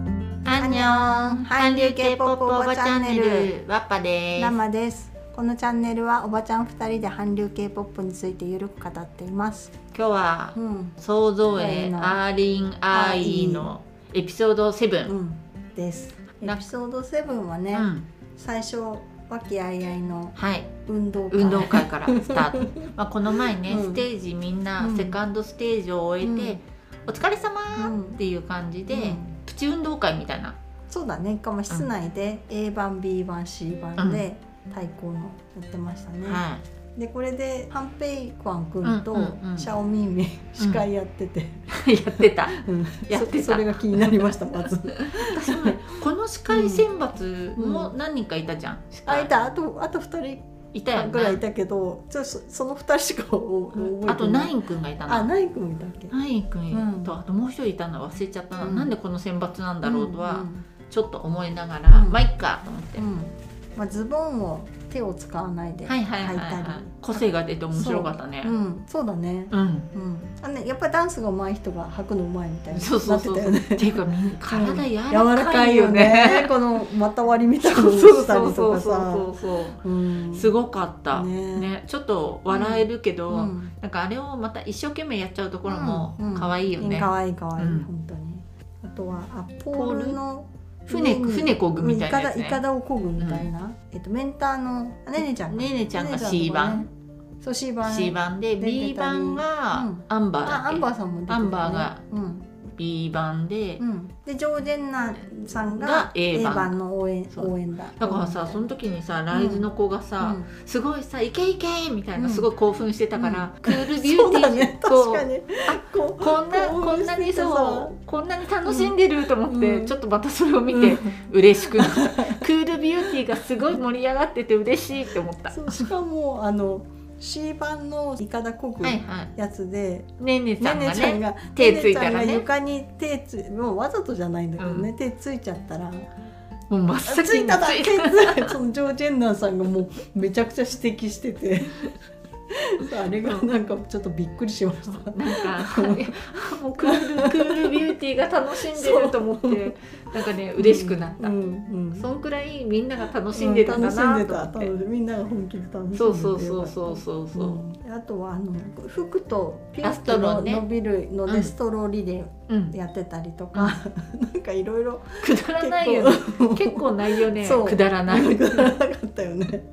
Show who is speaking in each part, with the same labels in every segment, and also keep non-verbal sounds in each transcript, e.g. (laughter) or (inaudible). Speaker 1: ンニョン韓流 K-POP おばチャンネル
Speaker 2: ワッパで
Speaker 1: ラマですこのチャンネルはおばちゃん二人で韓流 K-POP についてゆるく語っています
Speaker 2: 今日は
Speaker 1: うん、
Speaker 2: 想像
Speaker 1: えー
Speaker 2: へ
Speaker 1: の
Speaker 2: アーリンアイのエピソード
Speaker 1: う
Speaker 2: 7、
Speaker 1: ん、ですエ
Speaker 2: な
Speaker 1: ピソード7はね、
Speaker 2: うん
Speaker 1: 最初和気あいあいの
Speaker 2: はい
Speaker 1: 運動会
Speaker 2: 運動会からスター
Speaker 1: (laughs)
Speaker 2: トまあこの前ね、
Speaker 1: うん
Speaker 2: ステージみんな、
Speaker 1: うん
Speaker 2: セカンドステージを終えて、
Speaker 1: うん
Speaker 2: お疲れ様っていう感じで、
Speaker 1: うん
Speaker 2: プチ運動会みたいな
Speaker 1: そうだねかも室内で A 版 B 版 C 版で対抗のやってましたね、
Speaker 2: は
Speaker 1: でこれでハンペイクワン君と
Speaker 2: うんうんうん
Speaker 1: シャオミンミン司会やってて、
Speaker 2: い (laughs) やってた
Speaker 1: うん
Speaker 2: やってた
Speaker 1: そそれが気になりましたまず
Speaker 2: (laughs) 私もねこの司会選抜も何人かいたじゃん、司
Speaker 1: あ
Speaker 2: 会
Speaker 1: いたあとあと2人
Speaker 2: いたよ
Speaker 1: ぐらいい
Speaker 2: ね
Speaker 1: たけど、ちょっとそその二人しかお覚えてない。
Speaker 2: あとナインくんがいた
Speaker 1: あ
Speaker 2: な
Speaker 1: ナイン君もいたっけ。
Speaker 2: ナインく
Speaker 1: うん
Speaker 2: んとあともう一人いたの忘れちゃったな、
Speaker 1: うん
Speaker 2: なんでこの選抜なんだろうとは、ちょっと思いながら、
Speaker 1: うん
Speaker 2: まあいっかと思って、
Speaker 1: うん。うんまあズボンを手を使わないで
Speaker 2: は
Speaker 1: 履
Speaker 2: い
Speaker 1: い
Speaker 2: はいはい、はい
Speaker 1: た
Speaker 2: 個性が出て面白かったね
Speaker 1: り。うんそうだね。
Speaker 2: うん、
Speaker 1: うん。あねやっぱダンスが上手い人が履くの上手いみたいに
Speaker 2: そう
Speaker 1: な
Speaker 2: そう
Speaker 1: っ
Speaker 2: そうそ
Speaker 1: てたよ
Speaker 2: う
Speaker 1: ね。
Speaker 2: っていうかみんな体
Speaker 1: 柔
Speaker 2: 柔
Speaker 1: ら
Speaker 2: らか
Speaker 1: かい
Speaker 2: いよ
Speaker 1: よ
Speaker 2: (laughs) ね
Speaker 1: ね。この股割りみたいなの
Speaker 2: そ
Speaker 1: を
Speaker 2: うそう
Speaker 1: した
Speaker 2: そ
Speaker 1: り
Speaker 2: うそ
Speaker 1: と
Speaker 2: う
Speaker 1: かさ。
Speaker 2: そうそう
Speaker 1: うん
Speaker 2: すごかった
Speaker 1: ね
Speaker 2: ねちょっと笑えるけど、
Speaker 1: うん
Speaker 2: なんかあれをまた一生懸命やっちゃうところも
Speaker 1: うんうん
Speaker 2: 可愛いよね、
Speaker 1: 可愛い可愛い
Speaker 2: うん
Speaker 1: 本当に。あとはあポールの
Speaker 2: 船
Speaker 1: 上に
Speaker 2: 船こぐみたいなやつ
Speaker 1: い
Speaker 2: ね
Speaker 1: かだをこぐみたいな、えっとメンターのあねねちゃん
Speaker 2: ねねちゃんが
Speaker 1: ねね
Speaker 2: C
Speaker 1: とかね
Speaker 2: 版、
Speaker 1: そう C 版
Speaker 2: C 版で
Speaker 1: 出てたり
Speaker 2: B 版
Speaker 1: う
Speaker 2: が
Speaker 1: ん
Speaker 2: アンバーだっ
Speaker 1: あ
Speaker 2: け
Speaker 1: アンバーさんも出てた、
Speaker 2: ア
Speaker 1: ね、
Speaker 2: ンバーが
Speaker 1: うん、
Speaker 2: B 版で、
Speaker 1: うん、でジョージェンナさんが
Speaker 2: が A 版
Speaker 1: の応援
Speaker 2: そう
Speaker 1: 応援だ
Speaker 2: だからさその時にさライズの子がさ、
Speaker 1: うん
Speaker 2: すごいさ「いけいけ!」みたいな、
Speaker 1: うん
Speaker 2: すごい興奮してたから、クールビュ
Speaker 1: そう
Speaker 2: ーティ
Speaker 1: だ
Speaker 2: ー
Speaker 1: ね確
Speaker 2: こ
Speaker 1: か
Speaker 2: うこん
Speaker 1: にこ
Speaker 2: な
Speaker 1: 興
Speaker 2: こ
Speaker 1: 奮
Speaker 2: ん
Speaker 1: しててさ
Speaker 2: なにそうこんなに楽しんでると思って、
Speaker 1: うん
Speaker 2: ちょっとまたそれを見 (laughs)
Speaker 1: う
Speaker 2: て
Speaker 1: ん
Speaker 2: 嬉しくなった、クールビューティーがすごい盛り上がってて嬉しいって思ったは
Speaker 1: そうしかもあの C 版のいかだこぐ
Speaker 2: いはい
Speaker 1: やつで、
Speaker 2: ねえねえさん
Speaker 1: ねね
Speaker 2: が
Speaker 1: ちゃん
Speaker 2: ね
Speaker 1: が
Speaker 2: 手ついたらね
Speaker 1: ねねちゃんが床に手つもうわざとじゃないんだけどね、
Speaker 2: う
Speaker 1: 手ついちゃったら
Speaker 2: もう真っ先に
Speaker 1: ついただ
Speaker 2: つ
Speaker 1: け
Speaker 2: い
Speaker 1: つ
Speaker 2: た
Speaker 1: いたそのジョー・ジェンナーさんがもうめちゃくちゃ指摘しててあれがなんかちょっとびっくりしました
Speaker 2: なんかもうクールクールビューティーが楽しんでると思
Speaker 1: (laughs)
Speaker 2: ってなんかね嬉しくなった、
Speaker 1: うんうん
Speaker 2: そんくらいみんなが楽しんでたんだ
Speaker 1: う
Speaker 2: なんと思っ
Speaker 1: 楽しんで
Speaker 2: て、
Speaker 1: た楽しみんなが本気で楽しんでて
Speaker 2: そうそうそうそうそうそう、
Speaker 1: うんあとはあの服とピュ
Speaker 2: ラ
Speaker 1: ッ
Speaker 2: スト
Speaker 1: と
Speaker 2: ロ
Speaker 1: の
Speaker 2: ーね
Speaker 1: 伸びるの
Speaker 2: う
Speaker 1: で
Speaker 2: ん
Speaker 1: ストローリレ
Speaker 2: うん
Speaker 1: ーやってたりとか、なんかいろいろ
Speaker 2: くだらないよね結構内容ね
Speaker 1: そう
Speaker 2: くだらない
Speaker 1: くだらなかったよね。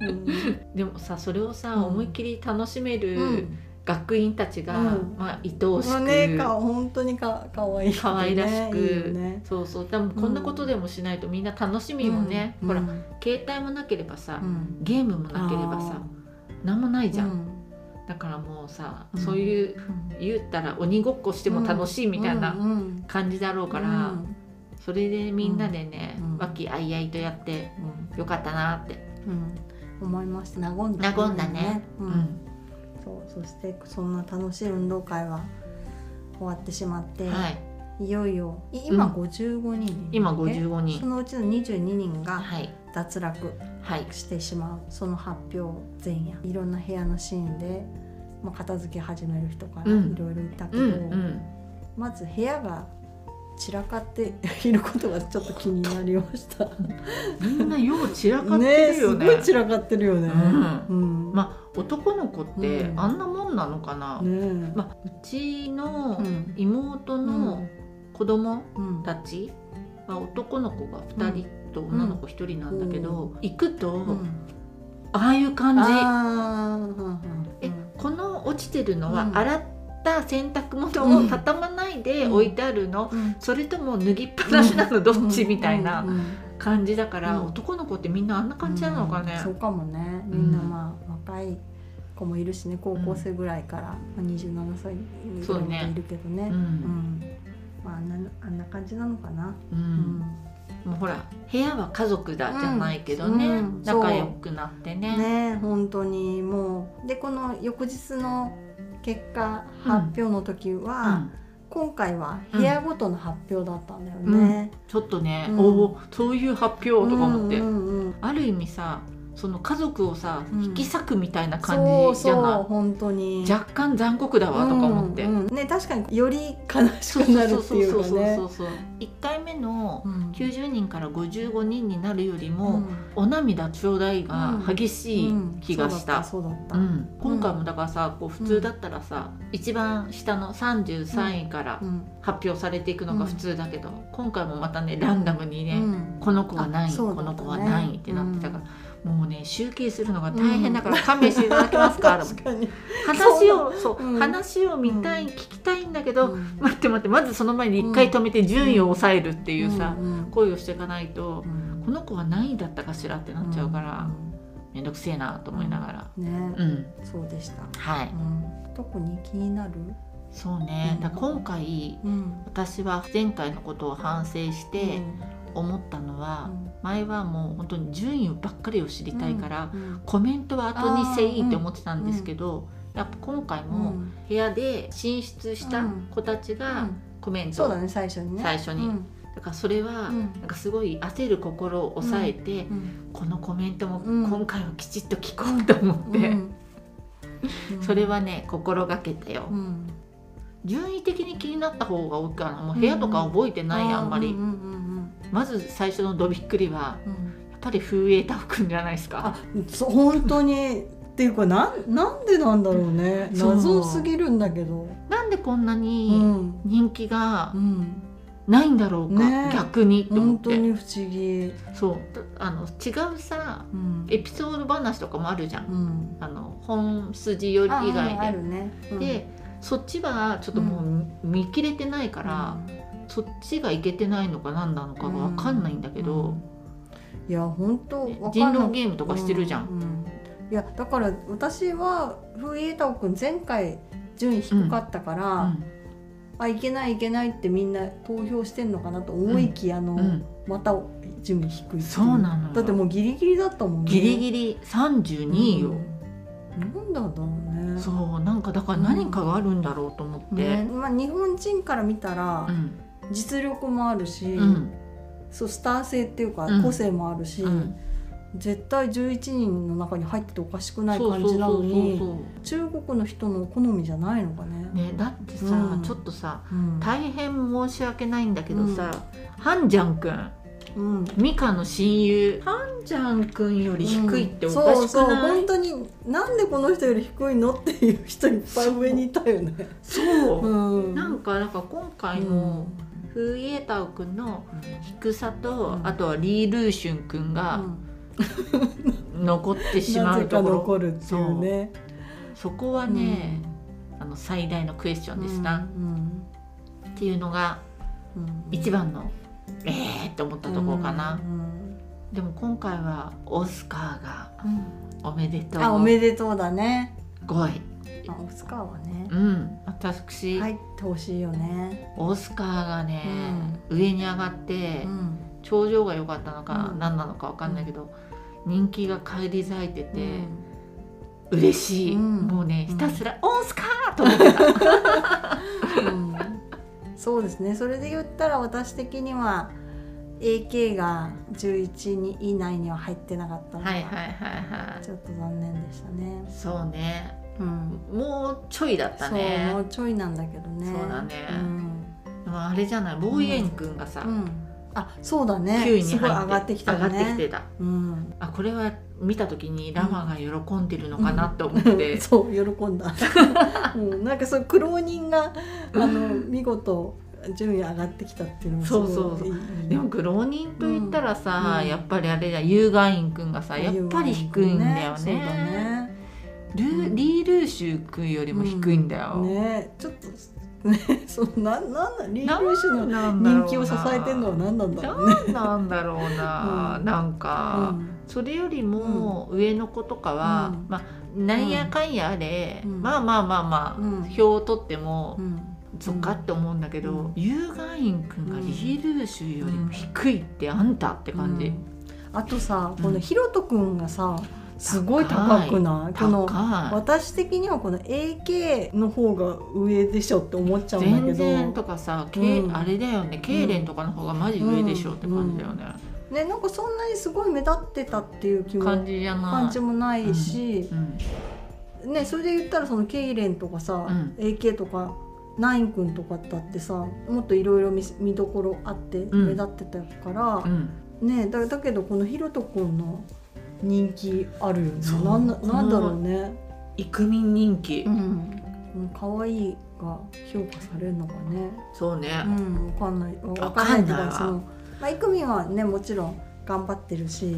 Speaker 1: うん
Speaker 2: でもさそれをさ、
Speaker 1: うん
Speaker 2: 思いっきり楽しめる学院たちが、
Speaker 1: うん
Speaker 2: まあ愛おし
Speaker 1: まあ
Speaker 2: く、
Speaker 1: ね、か本当にか可愛いい、ね、
Speaker 2: 可愛らしく
Speaker 1: いいよね。
Speaker 2: そうそうでもこんなことでもしないとみんな楽しみもね、
Speaker 1: うん
Speaker 2: ほら
Speaker 1: うん
Speaker 2: 携帯もなければさ、
Speaker 1: うん
Speaker 2: ゲームもなければさ何もないじゃん、
Speaker 1: うん
Speaker 2: だからもうさ、
Speaker 1: うん
Speaker 2: そういう言ったら鬼ごっこしても楽しいみたいな感じだろうから、
Speaker 1: うん
Speaker 2: それでみんなでね
Speaker 1: うん
Speaker 2: 和気、あいあいとやって
Speaker 1: うん
Speaker 2: よかったなって、
Speaker 1: うん思いました和んだ
Speaker 2: 和んだね
Speaker 1: う
Speaker 2: うん
Speaker 1: そうそしてそんな楽しい運動会は終わってしまって、
Speaker 2: はい
Speaker 1: い、よいよい今
Speaker 2: うん
Speaker 1: 55人、
Speaker 2: 今
Speaker 1: 人
Speaker 2: 55
Speaker 1: そ
Speaker 2: 人
Speaker 1: のうちの22人が
Speaker 2: はい
Speaker 1: 脱落
Speaker 2: はい
Speaker 1: してしまうその発表前夜いろんな部屋のシーンで、まあ、片付け始める人から
Speaker 2: うん
Speaker 1: いろいろいたけ
Speaker 2: う
Speaker 1: ど、
Speaker 2: んうん
Speaker 1: まず部屋が散らかっていることがちょっと気になりました。
Speaker 2: みんなよう散らかっ
Speaker 1: ね
Speaker 2: てる
Speaker 1: す
Speaker 2: よね
Speaker 1: ごい散らかってるよね。
Speaker 2: う
Speaker 1: うん
Speaker 2: まあ男の子って
Speaker 1: うん
Speaker 2: あんなもんなのかな、
Speaker 1: ね
Speaker 2: まあ、うちの
Speaker 1: うん
Speaker 2: 妹の子供
Speaker 1: うん
Speaker 2: たちは男の子が2人と女の子1人なんだけど、行くと、
Speaker 1: うん
Speaker 2: ああいう感じ
Speaker 1: あーうん
Speaker 2: えこの落ちてるのは、
Speaker 1: うん
Speaker 2: 洗った洗濯物を畳まないで置いてあるの、
Speaker 1: うん
Speaker 2: それとも脱ぎっぱなしなのどっちみたい
Speaker 1: うん
Speaker 2: な
Speaker 1: うんうん
Speaker 2: 感じだから、
Speaker 1: うん
Speaker 2: 男の子ってみんなあんな感じなのかね、
Speaker 1: そうかもねみんなまあ、若い子もいるしね高校生ぐらいから、まあ、27歳ぐらいまでいるけどね
Speaker 2: う
Speaker 1: うんんまああんなあんな感じなのかな、
Speaker 2: う
Speaker 1: うん
Speaker 2: もうほら部屋は家族だじゃないけどね、
Speaker 1: うんうん
Speaker 2: 仲良くなってね
Speaker 1: ねえ本当にもうでこの翌日の結果発表の時
Speaker 2: う
Speaker 1: は、
Speaker 2: ん、
Speaker 1: 今回は部屋ごとの発表だったんだよね、
Speaker 2: ちょっとね、
Speaker 1: うん
Speaker 2: おおそういう発表とか思って、
Speaker 1: うんうんうん
Speaker 2: ある意味さその家族をさ、
Speaker 1: うん
Speaker 2: 引き裂くみたいな
Speaker 1: そ
Speaker 2: 感
Speaker 1: う
Speaker 2: じじゃない
Speaker 1: そう本当に
Speaker 2: 若干残酷だわとか思って、
Speaker 1: うんうんね確かにより悲し
Speaker 2: そう
Speaker 1: くなるっていう
Speaker 2: そう
Speaker 1: か
Speaker 2: そう
Speaker 1: ね
Speaker 2: そうそう1回目の
Speaker 1: うん
Speaker 2: 90人から55人になるより
Speaker 1: う
Speaker 2: も、
Speaker 1: ん
Speaker 2: お涙頂戴が激しい気がした、
Speaker 1: うんそうだった
Speaker 2: う
Speaker 1: そうだっ
Speaker 2: ん、今回もだからさこう普通だったらさ、一番下の33位から
Speaker 1: たうん
Speaker 2: 発表されていくのが普通だけど、今回もまたねランダムにね、
Speaker 1: うん
Speaker 2: この子は何位、
Speaker 1: あそう
Speaker 2: こ
Speaker 1: だったね
Speaker 2: の子は何位ってなってたから、もうね集計するのが大変だから勘弁していただけますか、
Speaker 1: (laughs)
Speaker 2: と思っ
Speaker 1: 確かに
Speaker 2: て話をそう、
Speaker 1: うん
Speaker 2: 話を見たい、
Speaker 1: うん
Speaker 2: 聞きたいんだけど、
Speaker 1: うん
Speaker 2: 待って待ってまずその前に一回止めて順位を抑えるっていうさ、
Speaker 1: うんうん
Speaker 2: 行為をしていかないと、
Speaker 1: うん
Speaker 2: この子は何位だったかしらってなっちゃうから、めんどくせえなと思いながら、
Speaker 1: うんね
Speaker 2: うん
Speaker 1: そうでした
Speaker 2: はい
Speaker 1: うん特に気になる
Speaker 2: そうね、
Speaker 1: うん
Speaker 2: だから今回
Speaker 1: うん
Speaker 2: 私は前回のことを反省して思ったのは、前はもう本当に順位ばっかりを知りたいから、
Speaker 1: うん
Speaker 2: コメントは後にせいって思ってたんですけど、やっぱ今回
Speaker 1: うん
Speaker 2: も部屋で進出した子たち
Speaker 1: う
Speaker 2: が
Speaker 1: ん
Speaker 2: コメント
Speaker 1: そ
Speaker 2: を、
Speaker 1: うだね最初にね
Speaker 2: 最初に
Speaker 1: うん
Speaker 2: だからそれは
Speaker 1: うん
Speaker 2: なんかすごい焦る心を抑えて、
Speaker 1: うん
Speaker 2: このコメントも
Speaker 1: うん
Speaker 2: 今回はきちっと聞こうと思って、
Speaker 1: うんうん
Speaker 2: それはね心がけてよ、
Speaker 1: うん
Speaker 2: 順位的に気になった方が多いかなもう部屋とか覚えてない、あんまり、
Speaker 1: うんうんうん
Speaker 2: まず最初のどびっくりは
Speaker 1: うんうん
Speaker 2: やっぱり風栄太夫くんじゃないですか
Speaker 1: あそう本当にっていうかなんなんでなんだろうね
Speaker 2: そう
Speaker 1: 謎すぎるんだけど
Speaker 2: なんでこんな
Speaker 1: う
Speaker 2: に
Speaker 1: ん、
Speaker 2: 人気が
Speaker 1: うん、
Speaker 2: ないんだろうか、
Speaker 1: ね
Speaker 2: 逆にと思
Speaker 1: 本
Speaker 2: って
Speaker 1: 当に不思議
Speaker 2: そうあの違うさ
Speaker 1: うん
Speaker 2: エピソード話とかもあるじゃん、
Speaker 1: うん
Speaker 2: あの本筋より以
Speaker 1: あああ
Speaker 2: 外で。
Speaker 1: るね、うん
Speaker 2: でそっちはちょっともうう見切れてないから、そっちがいけてないのか何なのかが分かんないんだけど、
Speaker 1: うんいや本当わかんな
Speaker 2: 人狼ゲームとかしてるじゃん。
Speaker 1: ううんいやだから私はフイエタオ君前回順位低かったから、
Speaker 2: うん
Speaker 1: あいけないいけないってみんな投票してんのかなと思いきや、あの、
Speaker 2: うん
Speaker 1: また順位低いってい
Speaker 2: そうなのよ
Speaker 1: だってもうギリギリだったもんね
Speaker 2: ギリギリ32位よ、
Speaker 1: うんなんだろうね
Speaker 2: そうなんかだから何かがあるんだろうと思って、
Speaker 1: ねまあ、日本人から見たら
Speaker 2: うん
Speaker 1: 実力もあるし、
Speaker 2: うん
Speaker 1: そうスター性っていうか
Speaker 2: うん
Speaker 1: 個性もあるし、
Speaker 2: うん、
Speaker 1: 絶対11人の中に入ってておかしくない
Speaker 2: そう
Speaker 1: 感
Speaker 2: そう
Speaker 1: じな
Speaker 2: そ
Speaker 1: の
Speaker 2: う
Speaker 1: に
Speaker 2: そ
Speaker 1: 中国の人の好みじゃないのかね。
Speaker 2: うねだってさ、
Speaker 1: うん
Speaker 2: ちょっとさ
Speaker 1: うん
Speaker 2: 大変申し訳ないんだけどさ、ハンジャンくん
Speaker 1: うん
Speaker 2: ミカの親友ハンジャンくんより低いっておか
Speaker 1: そ
Speaker 2: し
Speaker 1: う
Speaker 2: く
Speaker 1: そう
Speaker 2: ない、
Speaker 1: 本当になんでこの人より低いのっていう人いっぱい上にいたよね。
Speaker 2: そう
Speaker 1: うん
Speaker 2: なんかなんか今回のフーイエータオくんの低さと、
Speaker 1: うん
Speaker 2: あとはリー・ルーシュンくん
Speaker 1: う
Speaker 2: が
Speaker 1: ん
Speaker 2: 残ってしま
Speaker 1: なぜ
Speaker 2: うと
Speaker 1: か
Speaker 2: ころ、
Speaker 1: 残るっていうね。
Speaker 2: そこはね、あの最大のクエスチョンですな、
Speaker 1: うん
Speaker 2: っていうのが
Speaker 1: うんうん
Speaker 2: 一番の、えーって思ったところかな、でも今回はオスカーが
Speaker 1: うんうん
Speaker 2: おめでとう
Speaker 1: あおめでとうだね。
Speaker 2: 5位
Speaker 1: まあ、オスカーはね。
Speaker 2: うん私、
Speaker 1: 入ってほしいよね。
Speaker 2: オスカーがね、上に上がって、
Speaker 1: ん。
Speaker 2: 頂上が良かったのか、
Speaker 1: うん
Speaker 2: 何なのか分かんないけど、人気が返り咲いてて、
Speaker 1: うん
Speaker 2: 嬉しい、
Speaker 1: うん
Speaker 2: もうね
Speaker 1: うん
Speaker 2: ひたすら「オンスカー!」と思ってた
Speaker 1: そうですね。それで言ったら私的には AK が11に以内には入ってなかったのが、
Speaker 2: はいはいはいは
Speaker 1: ちょっと残念でしたね
Speaker 2: い。そうね
Speaker 1: うん。
Speaker 2: もうちょいだったね
Speaker 1: そうもうちょいなんだけどね。
Speaker 2: そうだね
Speaker 1: うん。
Speaker 2: でもあれじゃないボーイエン君がさ、
Speaker 1: うんあそうだね。
Speaker 2: 9位に入って
Speaker 1: すごい上がってきたよね。
Speaker 2: 上がってきてた
Speaker 1: うん。
Speaker 2: あこれは見た時にラマが喜んでるのかなと思って、
Speaker 1: そう喜
Speaker 2: (laughs)
Speaker 1: んだ、うん、なんかそう苦労人があの見事順位上がってきたっていうのも
Speaker 2: そうそうそう
Speaker 1: う
Speaker 2: でも苦労人と言ったらさ、
Speaker 1: うん
Speaker 2: やっぱりあれだ有害員君がさやっぱり低いんだよね
Speaker 1: そうだね
Speaker 2: ルーリー・ルーシュ君よりも低いんだよ、
Speaker 1: ねちょっとね (laughs) そのなんなんだリールーシュの
Speaker 2: なんだろうな
Speaker 1: 人気を支えてるのは何なんだろうね
Speaker 2: なんなんだろうな、
Speaker 1: (laughs) うん
Speaker 2: なんか、それよりも上の子とかは、
Speaker 1: うん
Speaker 2: まあなんやかんやあれ、
Speaker 1: うん
Speaker 2: まあまあまあまあ、
Speaker 1: うん
Speaker 2: 票を取っても
Speaker 1: うんうん
Speaker 2: そっかって思うんだけど、
Speaker 1: うん
Speaker 2: 有害員くんが
Speaker 1: うん
Speaker 2: リールーシュよりも低いってあんたって感じ、
Speaker 1: うんあとさ
Speaker 2: うん
Speaker 1: このひろとくんがさすごい高くないこの
Speaker 2: 高
Speaker 1: 私的にはこの AK の方が上でしょって思っちゃ
Speaker 2: い
Speaker 1: うんだけ
Speaker 2: 全
Speaker 1: ど
Speaker 2: 然とかさ、け
Speaker 1: うん
Speaker 2: あれだよね痙攣とかの方がマジ上でしょって感じだよね、
Speaker 1: ねなんかそんなにすごい目立ってたっていう気も
Speaker 2: 感じじゃない
Speaker 1: 感じもないし、
Speaker 2: うん
Speaker 1: ねそれで言ったらそのケイレンとかさ、
Speaker 2: うん
Speaker 1: AK とかナインくんとかだってさもっといろいろ見せ見どころあって
Speaker 2: ん
Speaker 1: 目立ってたから
Speaker 2: う、ん
Speaker 1: ねだだけどこのひろとくんの人気あるよね
Speaker 2: そう
Speaker 1: なんな
Speaker 2: この
Speaker 1: なんだろうね、
Speaker 2: イクミン人気、
Speaker 1: うん、可愛いが評価されるのかね
Speaker 2: そうね
Speaker 1: う、んわかんない
Speaker 2: わ
Speaker 1: わわかん
Speaker 2: か
Speaker 1: ない
Speaker 2: ん
Speaker 1: け
Speaker 2: ないわ
Speaker 1: どそのまあいくみんはねもちろん頑張ってるし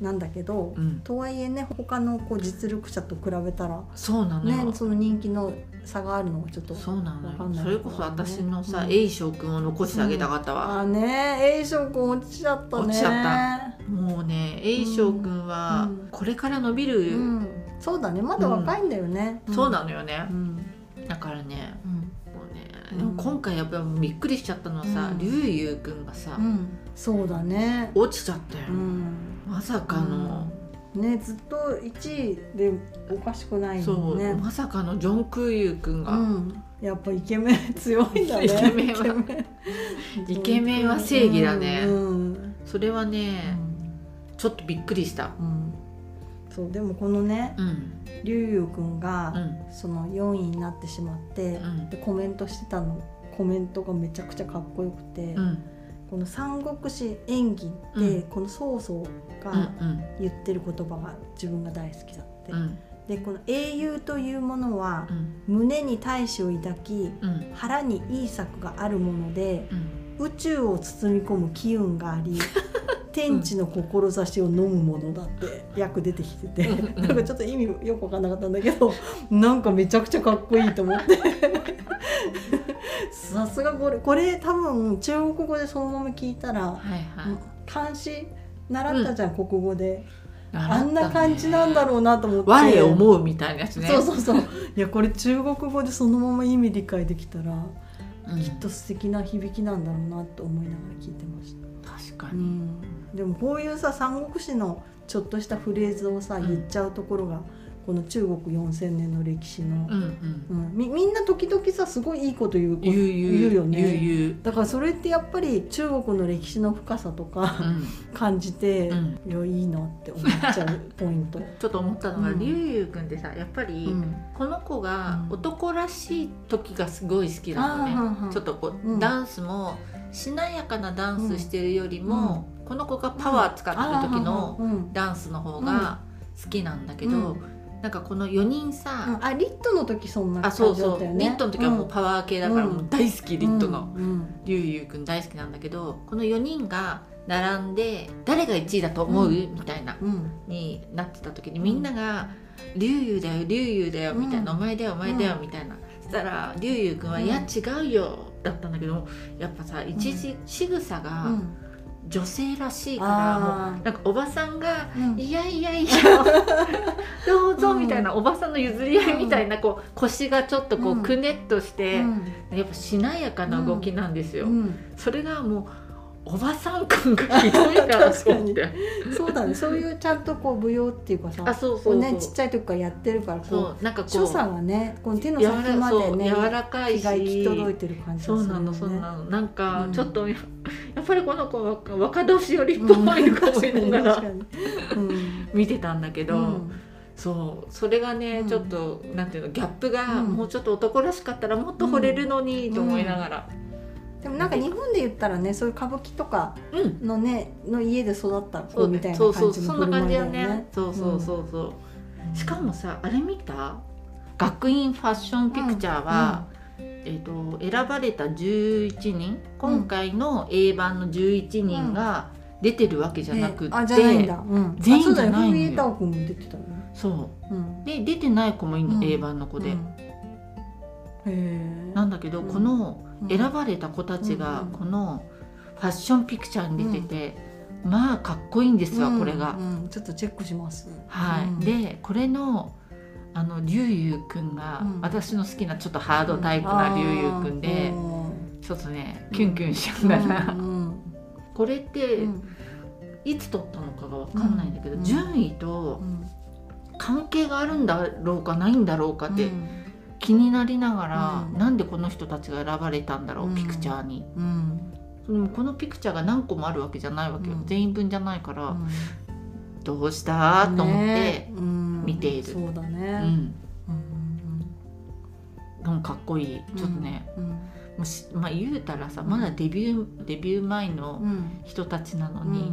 Speaker 1: なんだけど、
Speaker 2: うん、
Speaker 1: とはいえね他のこう実力者と比べたら
Speaker 2: そうなのよ、
Speaker 1: ねその人気の差があるのはちょっと
Speaker 2: そうなの
Speaker 1: わか
Speaker 2: よ
Speaker 1: んない
Speaker 2: それこそ私のさ、
Speaker 1: うん
Speaker 2: エイショウ君を残してあげたかったわ、
Speaker 1: あーねえ栄翔くん落ちちゃったね
Speaker 2: 落ちちゃもうねエイショウ君は
Speaker 1: うん
Speaker 2: これから伸び
Speaker 1: う
Speaker 2: る、
Speaker 1: ん、そうだねまだ若いんだよね、
Speaker 2: そうなのよね
Speaker 1: う、ん
Speaker 2: だからね
Speaker 1: うん
Speaker 2: もうね
Speaker 1: うん
Speaker 2: でも今回やっぱりびっくりしちゃったのはさ
Speaker 1: うん
Speaker 2: リュウユウ君がさ、
Speaker 1: うん、そうだね
Speaker 2: 落ちちゃったよ、
Speaker 1: うん
Speaker 2: まさかの、
Speaker 1: ねずっと1位でおかしくない
Speaker 2: そ
Speaker 1: も
Speaker 2: う、
Speaker 1: んね
Speaker 2: まさかのジョン・クーユー君が、
Speaker 1: うん、やっぱイケメン強いんだね
Speaker 2: イケメンはイケメンは正義だね
Speaker 1: うん
Speaker 2: それはね、ちょっとびっくりした
Speaker 1: うんそうでもこのね
Speaker 2: うん
Speaker 1: リュウユウくん
Speaker 2: う
Speaker 1: が
Speaker 2: ん
Speaker 1: その4位になってしまって
Speaker 2: う、ん
Speaker 1: でコメントしてたのコメントがめちゃくちゃかっこよくて、
Speaker 2: うん
Speaker 1: この「三国志演技」って、
Speaker 2: うん
Speaker 1: この曹操
Speaker 2: うん
Speaker 1: が言ってる言葉が自分が大好きだって、
Speaker 2: うんうん
Speaker 1: でこの「英雄というものは
Speaker 2: うん
Speaker 1: 胸に大志を抱き
Speaker 2: うん
Speaker 1: 腹にいい策があるもので
Speaker 2: うん
Speaker 1: 宇宙を包み込む機運があ
Speaker 2: (laughs)
Speaker 1: り天地の志を飲むものだって訳出てきてて
Speaker 2: うんうん
Speaker 1: なんかちょっと意味よく分かんなかったんだけど (laughs) なんかめちゃくちゃかっこいいと思って
Speaker 2: (laughs)
Speaker 1: さすがこれこれ多分中国語でそのまま聞いたら
Speaker 2: はいはい
Speaker 1: 漢詩習ったじゃん、国語で
Speaker 2: 習
Speaker 1: あ
Speaker 2: ったね
Speaker 1: んな感じなんだろうなと思って
Speaker 2: 我思うみたいなやつね
Speaker 1: そうそうそういやこれ中国語でそのまま意味理解できたら
Speaker 2: うん
Speaker 1: きっと素敵な響きなんだろうなと思いながら聞いてました、
Speaker 2: 確か
Speaker 1: う
Speaker 2: に、
Speaker 1: ん、でもこういうさ三国志のちょっとしたフレーズをさ
Speaker 2: うん
Speaker 1: 言っちゃうところが、この中国4,000年の歴史の
Speaker 2: う、んうん
Speaker 1: うんみみんな時々さすごいいいこと言う
Speaker 2: ゆうゆう
Speaker 1: 言うよね
Speaker 2: ゆうゆう
Speaker 1: だからそれってやっぱり中国の歴史の深さと
Speaker 2: う
Speaker 1: か
Speaker 2: ん
Speaker 1: 感じて、
Speaker 2: うん
Speaker 1: いやいいなって思っちゃうポイン
Speaker 2: (laughs)
Speaker 1: ト。
Speaker 2: ちょっと思ったのが、
Speaker 1: うん
Speaker 2: リュウユウ君ってさやっぱり、この子が
Speaker 1: うん
Speaker 2: 男らしい時がすごい好きなのね、ちょっとこう、
Speaker 1: うん
Speaker 2: ダンスもしなやかなダンスしてるよりも、この子がパワー使ってる時の
Speaker 1: うん
Speaker 2: ダンスの方が好きなんだけど、
Speaker 1: うん
Speaker 2: なんかこの4人さ、
Speaker 1: あリットの時そんな
Speaker 2: あ
Speaker 1: 感
Speaker 2: そう
Speaker 1: じだ
Speaker 2: そ
Speaker 1: っ
Speaker 2: う、
Speaker 1: たよ
Speaker 2: リ
Speaker 1: ね。
Speaker 2: ットの時はもうパワー系だから
Speaker 1: うん
Speaker 2: もう大好き、リットの、
Speaker 1: うんうん
Speaker 2: リュウユウくん大好きなんだけどこの4人が並んで誰が1位だと思う、
Speaker 1: うん
Speaker 2: みたいな
Speaker 1: うん
Speaker 2: になってた時にみんなが「リュウユウだよリュウユウだよ」みたいな「
Speaker 1: うん
Speaker 2: お前だよお前だよ」みたいなそしたらリュウユウ君は「いや
Speaker 1: うん
Speaker 2: 違うよ」だったんだけどやっぱさ一時仕草
Speaker 1: う
Speaker 2: が
Speaker 1: ん
Speaker 2: 女性らしいからも
Speaker 1: あー
Speaker 2: うなんかおばさんが
Speaker 1: う
Speaker 2: 「
Speaker 1: ん
Speaker 2: いやいや
Speaker 1: (laughs)
Speaker 2: いやどうぞ」みたいなおばさんの譲り合いみたいなこう腰がちょっとこ
Speaker 1: う
Speaker 2: うんくねっとして
Speaker 1: うん
Speaker 2: やっぱしなやかな動きなんですよ。
Speaker 1: うん
Speaker 2: それがもうおばさん感がひどいなと思っ
Speaker 1: 確
Speaker 2: て。
Speaker 1: そうだね。そういうちゃんとこう舞踊っていうかさ、
Speaker 2: (laughs) あそうそうそう。
Speaker 1: ねちっちゃい時からやってるからこ
Speaker 2: そうなんか
Speaker 1: う
Speaker 2: こう
Speaker 1: 所作がね、この手の
Speaker 2: 柔ら
Speaker 1: 先までね
Speaker 2: そう柔らかい
Speaker 1: 気
Speaker 2: し
Speaker 1: が行き届いてる感じが
Speaker 2: そ
Speaker 1: するよ
Speaker 2: う
Speaker 1: ね。
Speaker 2: なのそうなのなんか
Speaker 1: うん
Speaker 2: ちょっとや,、 (laughs) っぱりこの子は若若年寄りっぽいのかもしれながら
Speaker 1: うん確かに確かにうん
Speaker 2: 見てたんだけど、
Speaker 1: うん
Speaker 2: そうそれがね、
Speaker 1: うん
Speaker 2: ちょっとなんていうのギャップが、
Speaker 1: うん
Speaker 2: もうちょっと男らしかったらもっと惚れるのに、
Speaker 1: うん
Speaker 2: と思いながら
Speaker 1: でもなんか日本で言ったらね、そういう歌舞伎とか
Speaker 2: うん、
Speaker 1: のねの家で育った
Speaker 2: そ
Speaker 1: 子
Speaker 2: う
Speaker 1: みた
Speaker 2: ね
Speaker 1: いな
Speaker 2: そうそ
Speaker 1: 感
Speaker 2: う
Speaker 1: じの
Speaker 2: そん
Speaker 1: 振
Speaker 2: な
Speaker 1: る
Speaker 2: 感
Speaker 1: 舞い
Speaker 2: じ
Speaker 1: だよ
Speaker 2: よ
Speaker 1: ね
Speaker 2: ね。そうそうそうそう、しかもさあれ見た学院ファッションピクチャーは、えー、と選ばれた11人今回の A 版の11人が出てるわけじゃなく
Speaker 1: え
Speaker 2: て、
Speaker 1: あじゃないんだ。うん。
Speaker 2: 全員じゃない
Speaker 1: あそうだよ
Speaker 2: んだよ
Speaker 1: フリーエタオ君も出てたよね。
Speaker 2: そ
Speaker 1: うん
Speaker 2: う。で出てない子もいるの、
Speaker 1: うん
Speaker 2: A 版の子で、
Speaker 1: うんへえ。
Speaker 2: なんだけど、
Speaker 1: うん
Speaker 2: この
Speaker 1: うん
Speaker 2: 選ばれた子たちが
Speaker 1: うん
Speaker 2: このファッションピクチャーに出てて、まあかっこいいんですわ、これが。
Speaker 1: うんうんちょっとチェックします
Speaker 2: はい、
Speaker 1: うん
Speaker 2: でこれのあのリュウユウくんが、
Speaker 1: うん
Speaker 2: 私の好きなちょっとハードタイプなリュウユウくんで、
Speaker 1: うん
Speaker 2: ちょっとねキュンキュンしちゃうんだな、
Speaker 1: うんうん
Speaker 2: これって、
Speaker 1: うん
Speaker 2: いつ撮ったのかがわかんないんだけど、
Speaker 1: うん
Speaker 2: 順位
Speaker 1: う
Speaker 2: と
Speaker 1: ん
Speaker 2: 関係があるんだろうかないんだろうかって
Speaker 1: うん
Speaker 2: 気になりながら、
Speaker 1: うん
Speaker 2: なんでこの人たちが選ばれたんだろう、
Speaker 1: うん
Speaker 2: ピクチャーに
Speaker 1: うん
Speaker 2: でもこのピクチャーが何個もあるわけじゃないわけよ、
Speaker 1: うん
Speaker 2: 全員分じゃないから、
Speaker 1: うん
Speaker 2: どうしたと思って、
Speaker 1: ねうん
Speaker 2: 見ている
Speaker 1: そうだ
Speaker 2: う
Speaker 1: ね、
Speaker 2: んでもかっこいいちょっとね、
Speaker 1: うん
Speaker 2: もうしまあ、言うたらさまだデビューデビュー前
Speaker 1: う
Speaker 2: の
Speaker 1: ん
Speaker 2: 人たちなの
Speaker 1: うん
Speaker 2: に、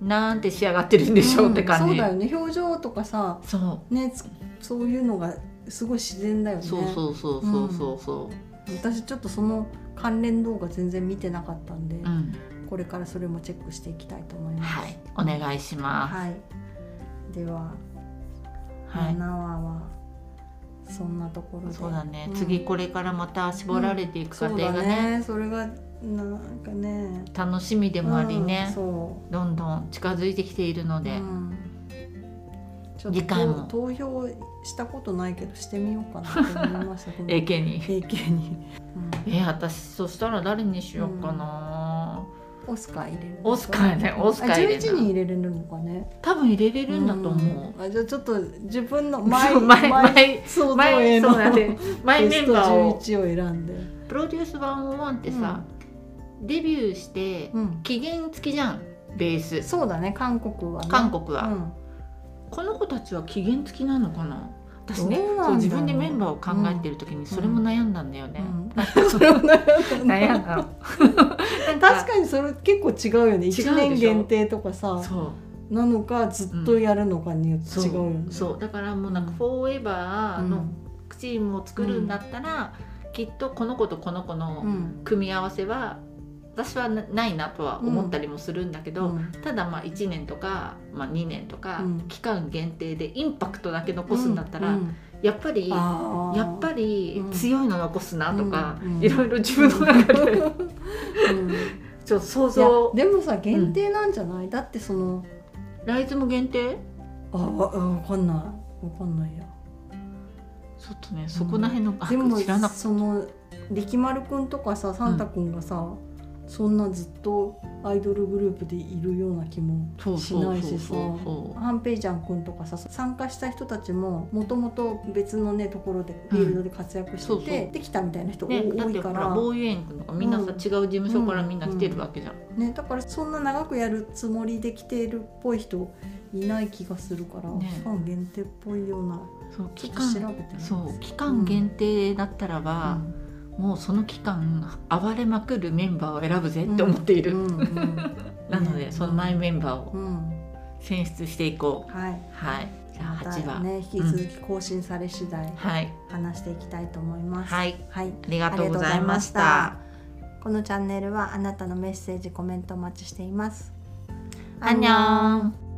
Speaker 2: なんて仕上がってるんでしょうって感
Speaker 1: うん
Speaker 2: じ、
Speaker 1: そうだよね表情とかさ
Speaker 2: そう
Speaker 1: ねつそういうのがすごい自然だよね
Speaker 2: そうそうそうそうそうそ
Speaker 1: 私ちょっとその関連動画全然見てなかったんで、
Speaker 2: う、うん、
Speaker 1: これからそれもチェックしていきたいと思います
Speaker 2: はいお願いします
Speaker 1: はい、では、
Speaker 2: はい、
Speaker 1: 7話はそんなところで
Speaker 2: そうだね、
Speaker 1: うん
Speaker 2: 次これからまた絞られていく過
Speaker 1: そう
Speaker 2: 程
Speaker 1: だ
Speaker 2: がね,、
Speaker 1: ねそれがなんかね
Speaker 2: 楽しみで
Speaker 1: で
Speaker 2: もありね、
Speaker 1: そ
Speaker 2: どんどん近づいてきているの
Speaker 1: う、
Speaker 2: で、
Speaker 1: うんちょっと
Speaker 2: 次回も
Speaker 1: 投票したことないけどしてみようかなと思いまし
Speaker 2: (laughs)
Speaker 1: たこの
Speaker 2: AK に。
Speaker 1: AK に、うん
Speaker 2: え私そしたら誰にしようかな、
Speaker 1: オスカー入れる
Speaker 2: オスカーねオスカー入れ
Speaker 1: 十
Speaker 2: る
Speaker 1: 一人入れれるのかね
Speaker 2: 多分入れれるんだと思う、
Speaker 1: うんあじゃあちょっと自分
Speaker 2: (laughs)
Speaker 1: の
Speaker 2: 前
Speaker 1: 前
Speaker 2: 前
Speaker 1: 前
Speaker 2: 前
Speaker 1: 想像
Speaker 2: 前
Speaker 1: へ
Speaker 2: そう
Speaker 1: の
Speaker 2: なんで前メ
Speaker 1: ベス
Speaker 2: ン
Speaker 1: ト
Speaker 2: バーを
Speaker 1: 11を選んで、
Speaker 2: プロデュース101ってさ、デビューして
Speaker 1: うん、
Speaker 2: 期限付きじゃんベース
Speaker 1: そうだね韓国はね
Speaker 2: 韓国は、
Speaker 1: うん
Speaker 2: この子たちは期限付きなのかな私ね
Speaker 1: どうなんだろう
Speaker 2: そう自分でメンバーを考えてる時にそれも悩んだんだよね、 (laughs)
Speaker 1: うんそれを悩んだ
Speaker 2: 悩ん (laughs) だのなん
Speaker 1: 確かにそれ結構違うよね
Speaker 2: 違うでしょ
Speaker 1: 1年限定とかさ
Speaker 2: そう
Speaker 1: なのかずっとやるのかによって
Speaker 2: そう
Speaker 1: 違うよね
Speaker 2: そうだからもうなんか
Speaker 1: うん
Speaker 2: フォーエバー
Speaker 1: ん
Speaker 2: のチームを作るんだったら、きっとこの子とこの子
Speaker 1: う
Speaker 2: の
Speaker 1: ん
Speaker 2: 組み合わせは私はなないなとは思ったりもするんだけど、
Speaker 1: うん
Speaker 2: ただまあ1年とか、まあ、2年とか、
Speaker 1: うん
Speaker 2: 期間限定でインパクトだけ残すんだったら、
Speaker 1: うん
Speaker 2: やっぱりや
Speaker 1: あー
Speaker 2: っぱり (laughs) 強いの残すなとか、
Speaker 1: うんうん
Speaker 2: いろいろ自分の中
Speaker 1: (laughs)
Speaker 2: で
Speaker 1: うん
Speaker 2: ちょっと想
Speaker 1: いや
Speaker 2: 像
Speaker 1: でもさ限定なんじゃない、だってその
Speaker 2: ライズも限定
Speaker 1: あわわかんないわかんないや
Speaker 2: ちょっとねそこら辺の、あ
Speaker 1: でも
Speaker 2: 知らなかっ
Speaker 1: その力丸くんとかさサンタくんがさ、そんなずっとアイドルグループでいるような気も
Speaker 2: たそう
Speaker 1: し
Speaker 2: そ
Speaker 1: な
Speaker 2: う
Speaker 1: い
Speaker 2: そう
Speaker 1: しさ
Speaker 2: そう
Speaker 1: ハンペイジャンくんとかさ参加した人たちももともと別のねところでフィールドで活躍してて、
Speaker 2: そうそう
Speaker 1: できたみたいな人多,、
Speaker 2: ね、だっ
Speaker 1: い
Speaker 2: て
Speaker 1: か
Speaker 2: ほら
Speaker 1: ら
Speaker 2: 防衛園とかみんなさ、
Speaker 1: うん
Speaker 2: 違う事務所からみんな来てるわけじゃん、
Speaker 1: ね、だからそんな長くやるつもりできているっぽい人いない気がするから、
Speaker 2: ね
Speaker 1: ファン限定っぽいような
Speaker 2: そう
Speaker 1: ち
Speaker 2: 期
Speaker 1: ょっと調
Speaker 2: 間
Speaker 1: べてみます
Speaker 2: そう期間限定だったらば、もうその期間暴れまくるメンバーを選ぶぜって思っている、
Speaker 1: うんうんうん
Speaker 2: なのでそのマイメンバーを
Speaker 1: うん、
Speaker 2: 選出していこう、
Speaker 1: はい
Speaker 2: はいじゃあ
Speaker 1: また
Speaker 2: 8番、
Speaker 1: ね引き続き更新され次第、
Speaker 2: はい
Speaker 1: 話していきたいと思います。
Speaker 2: はい
Speaker 1: はい、
Speaker 2: ありがとうございまし
Speaker 1: あり
Speaker 2: た
Speaker 1: がとうございました。このチャンネルはあなたのメッセージコメントお待ちしています。
Speaker 2: アンニョン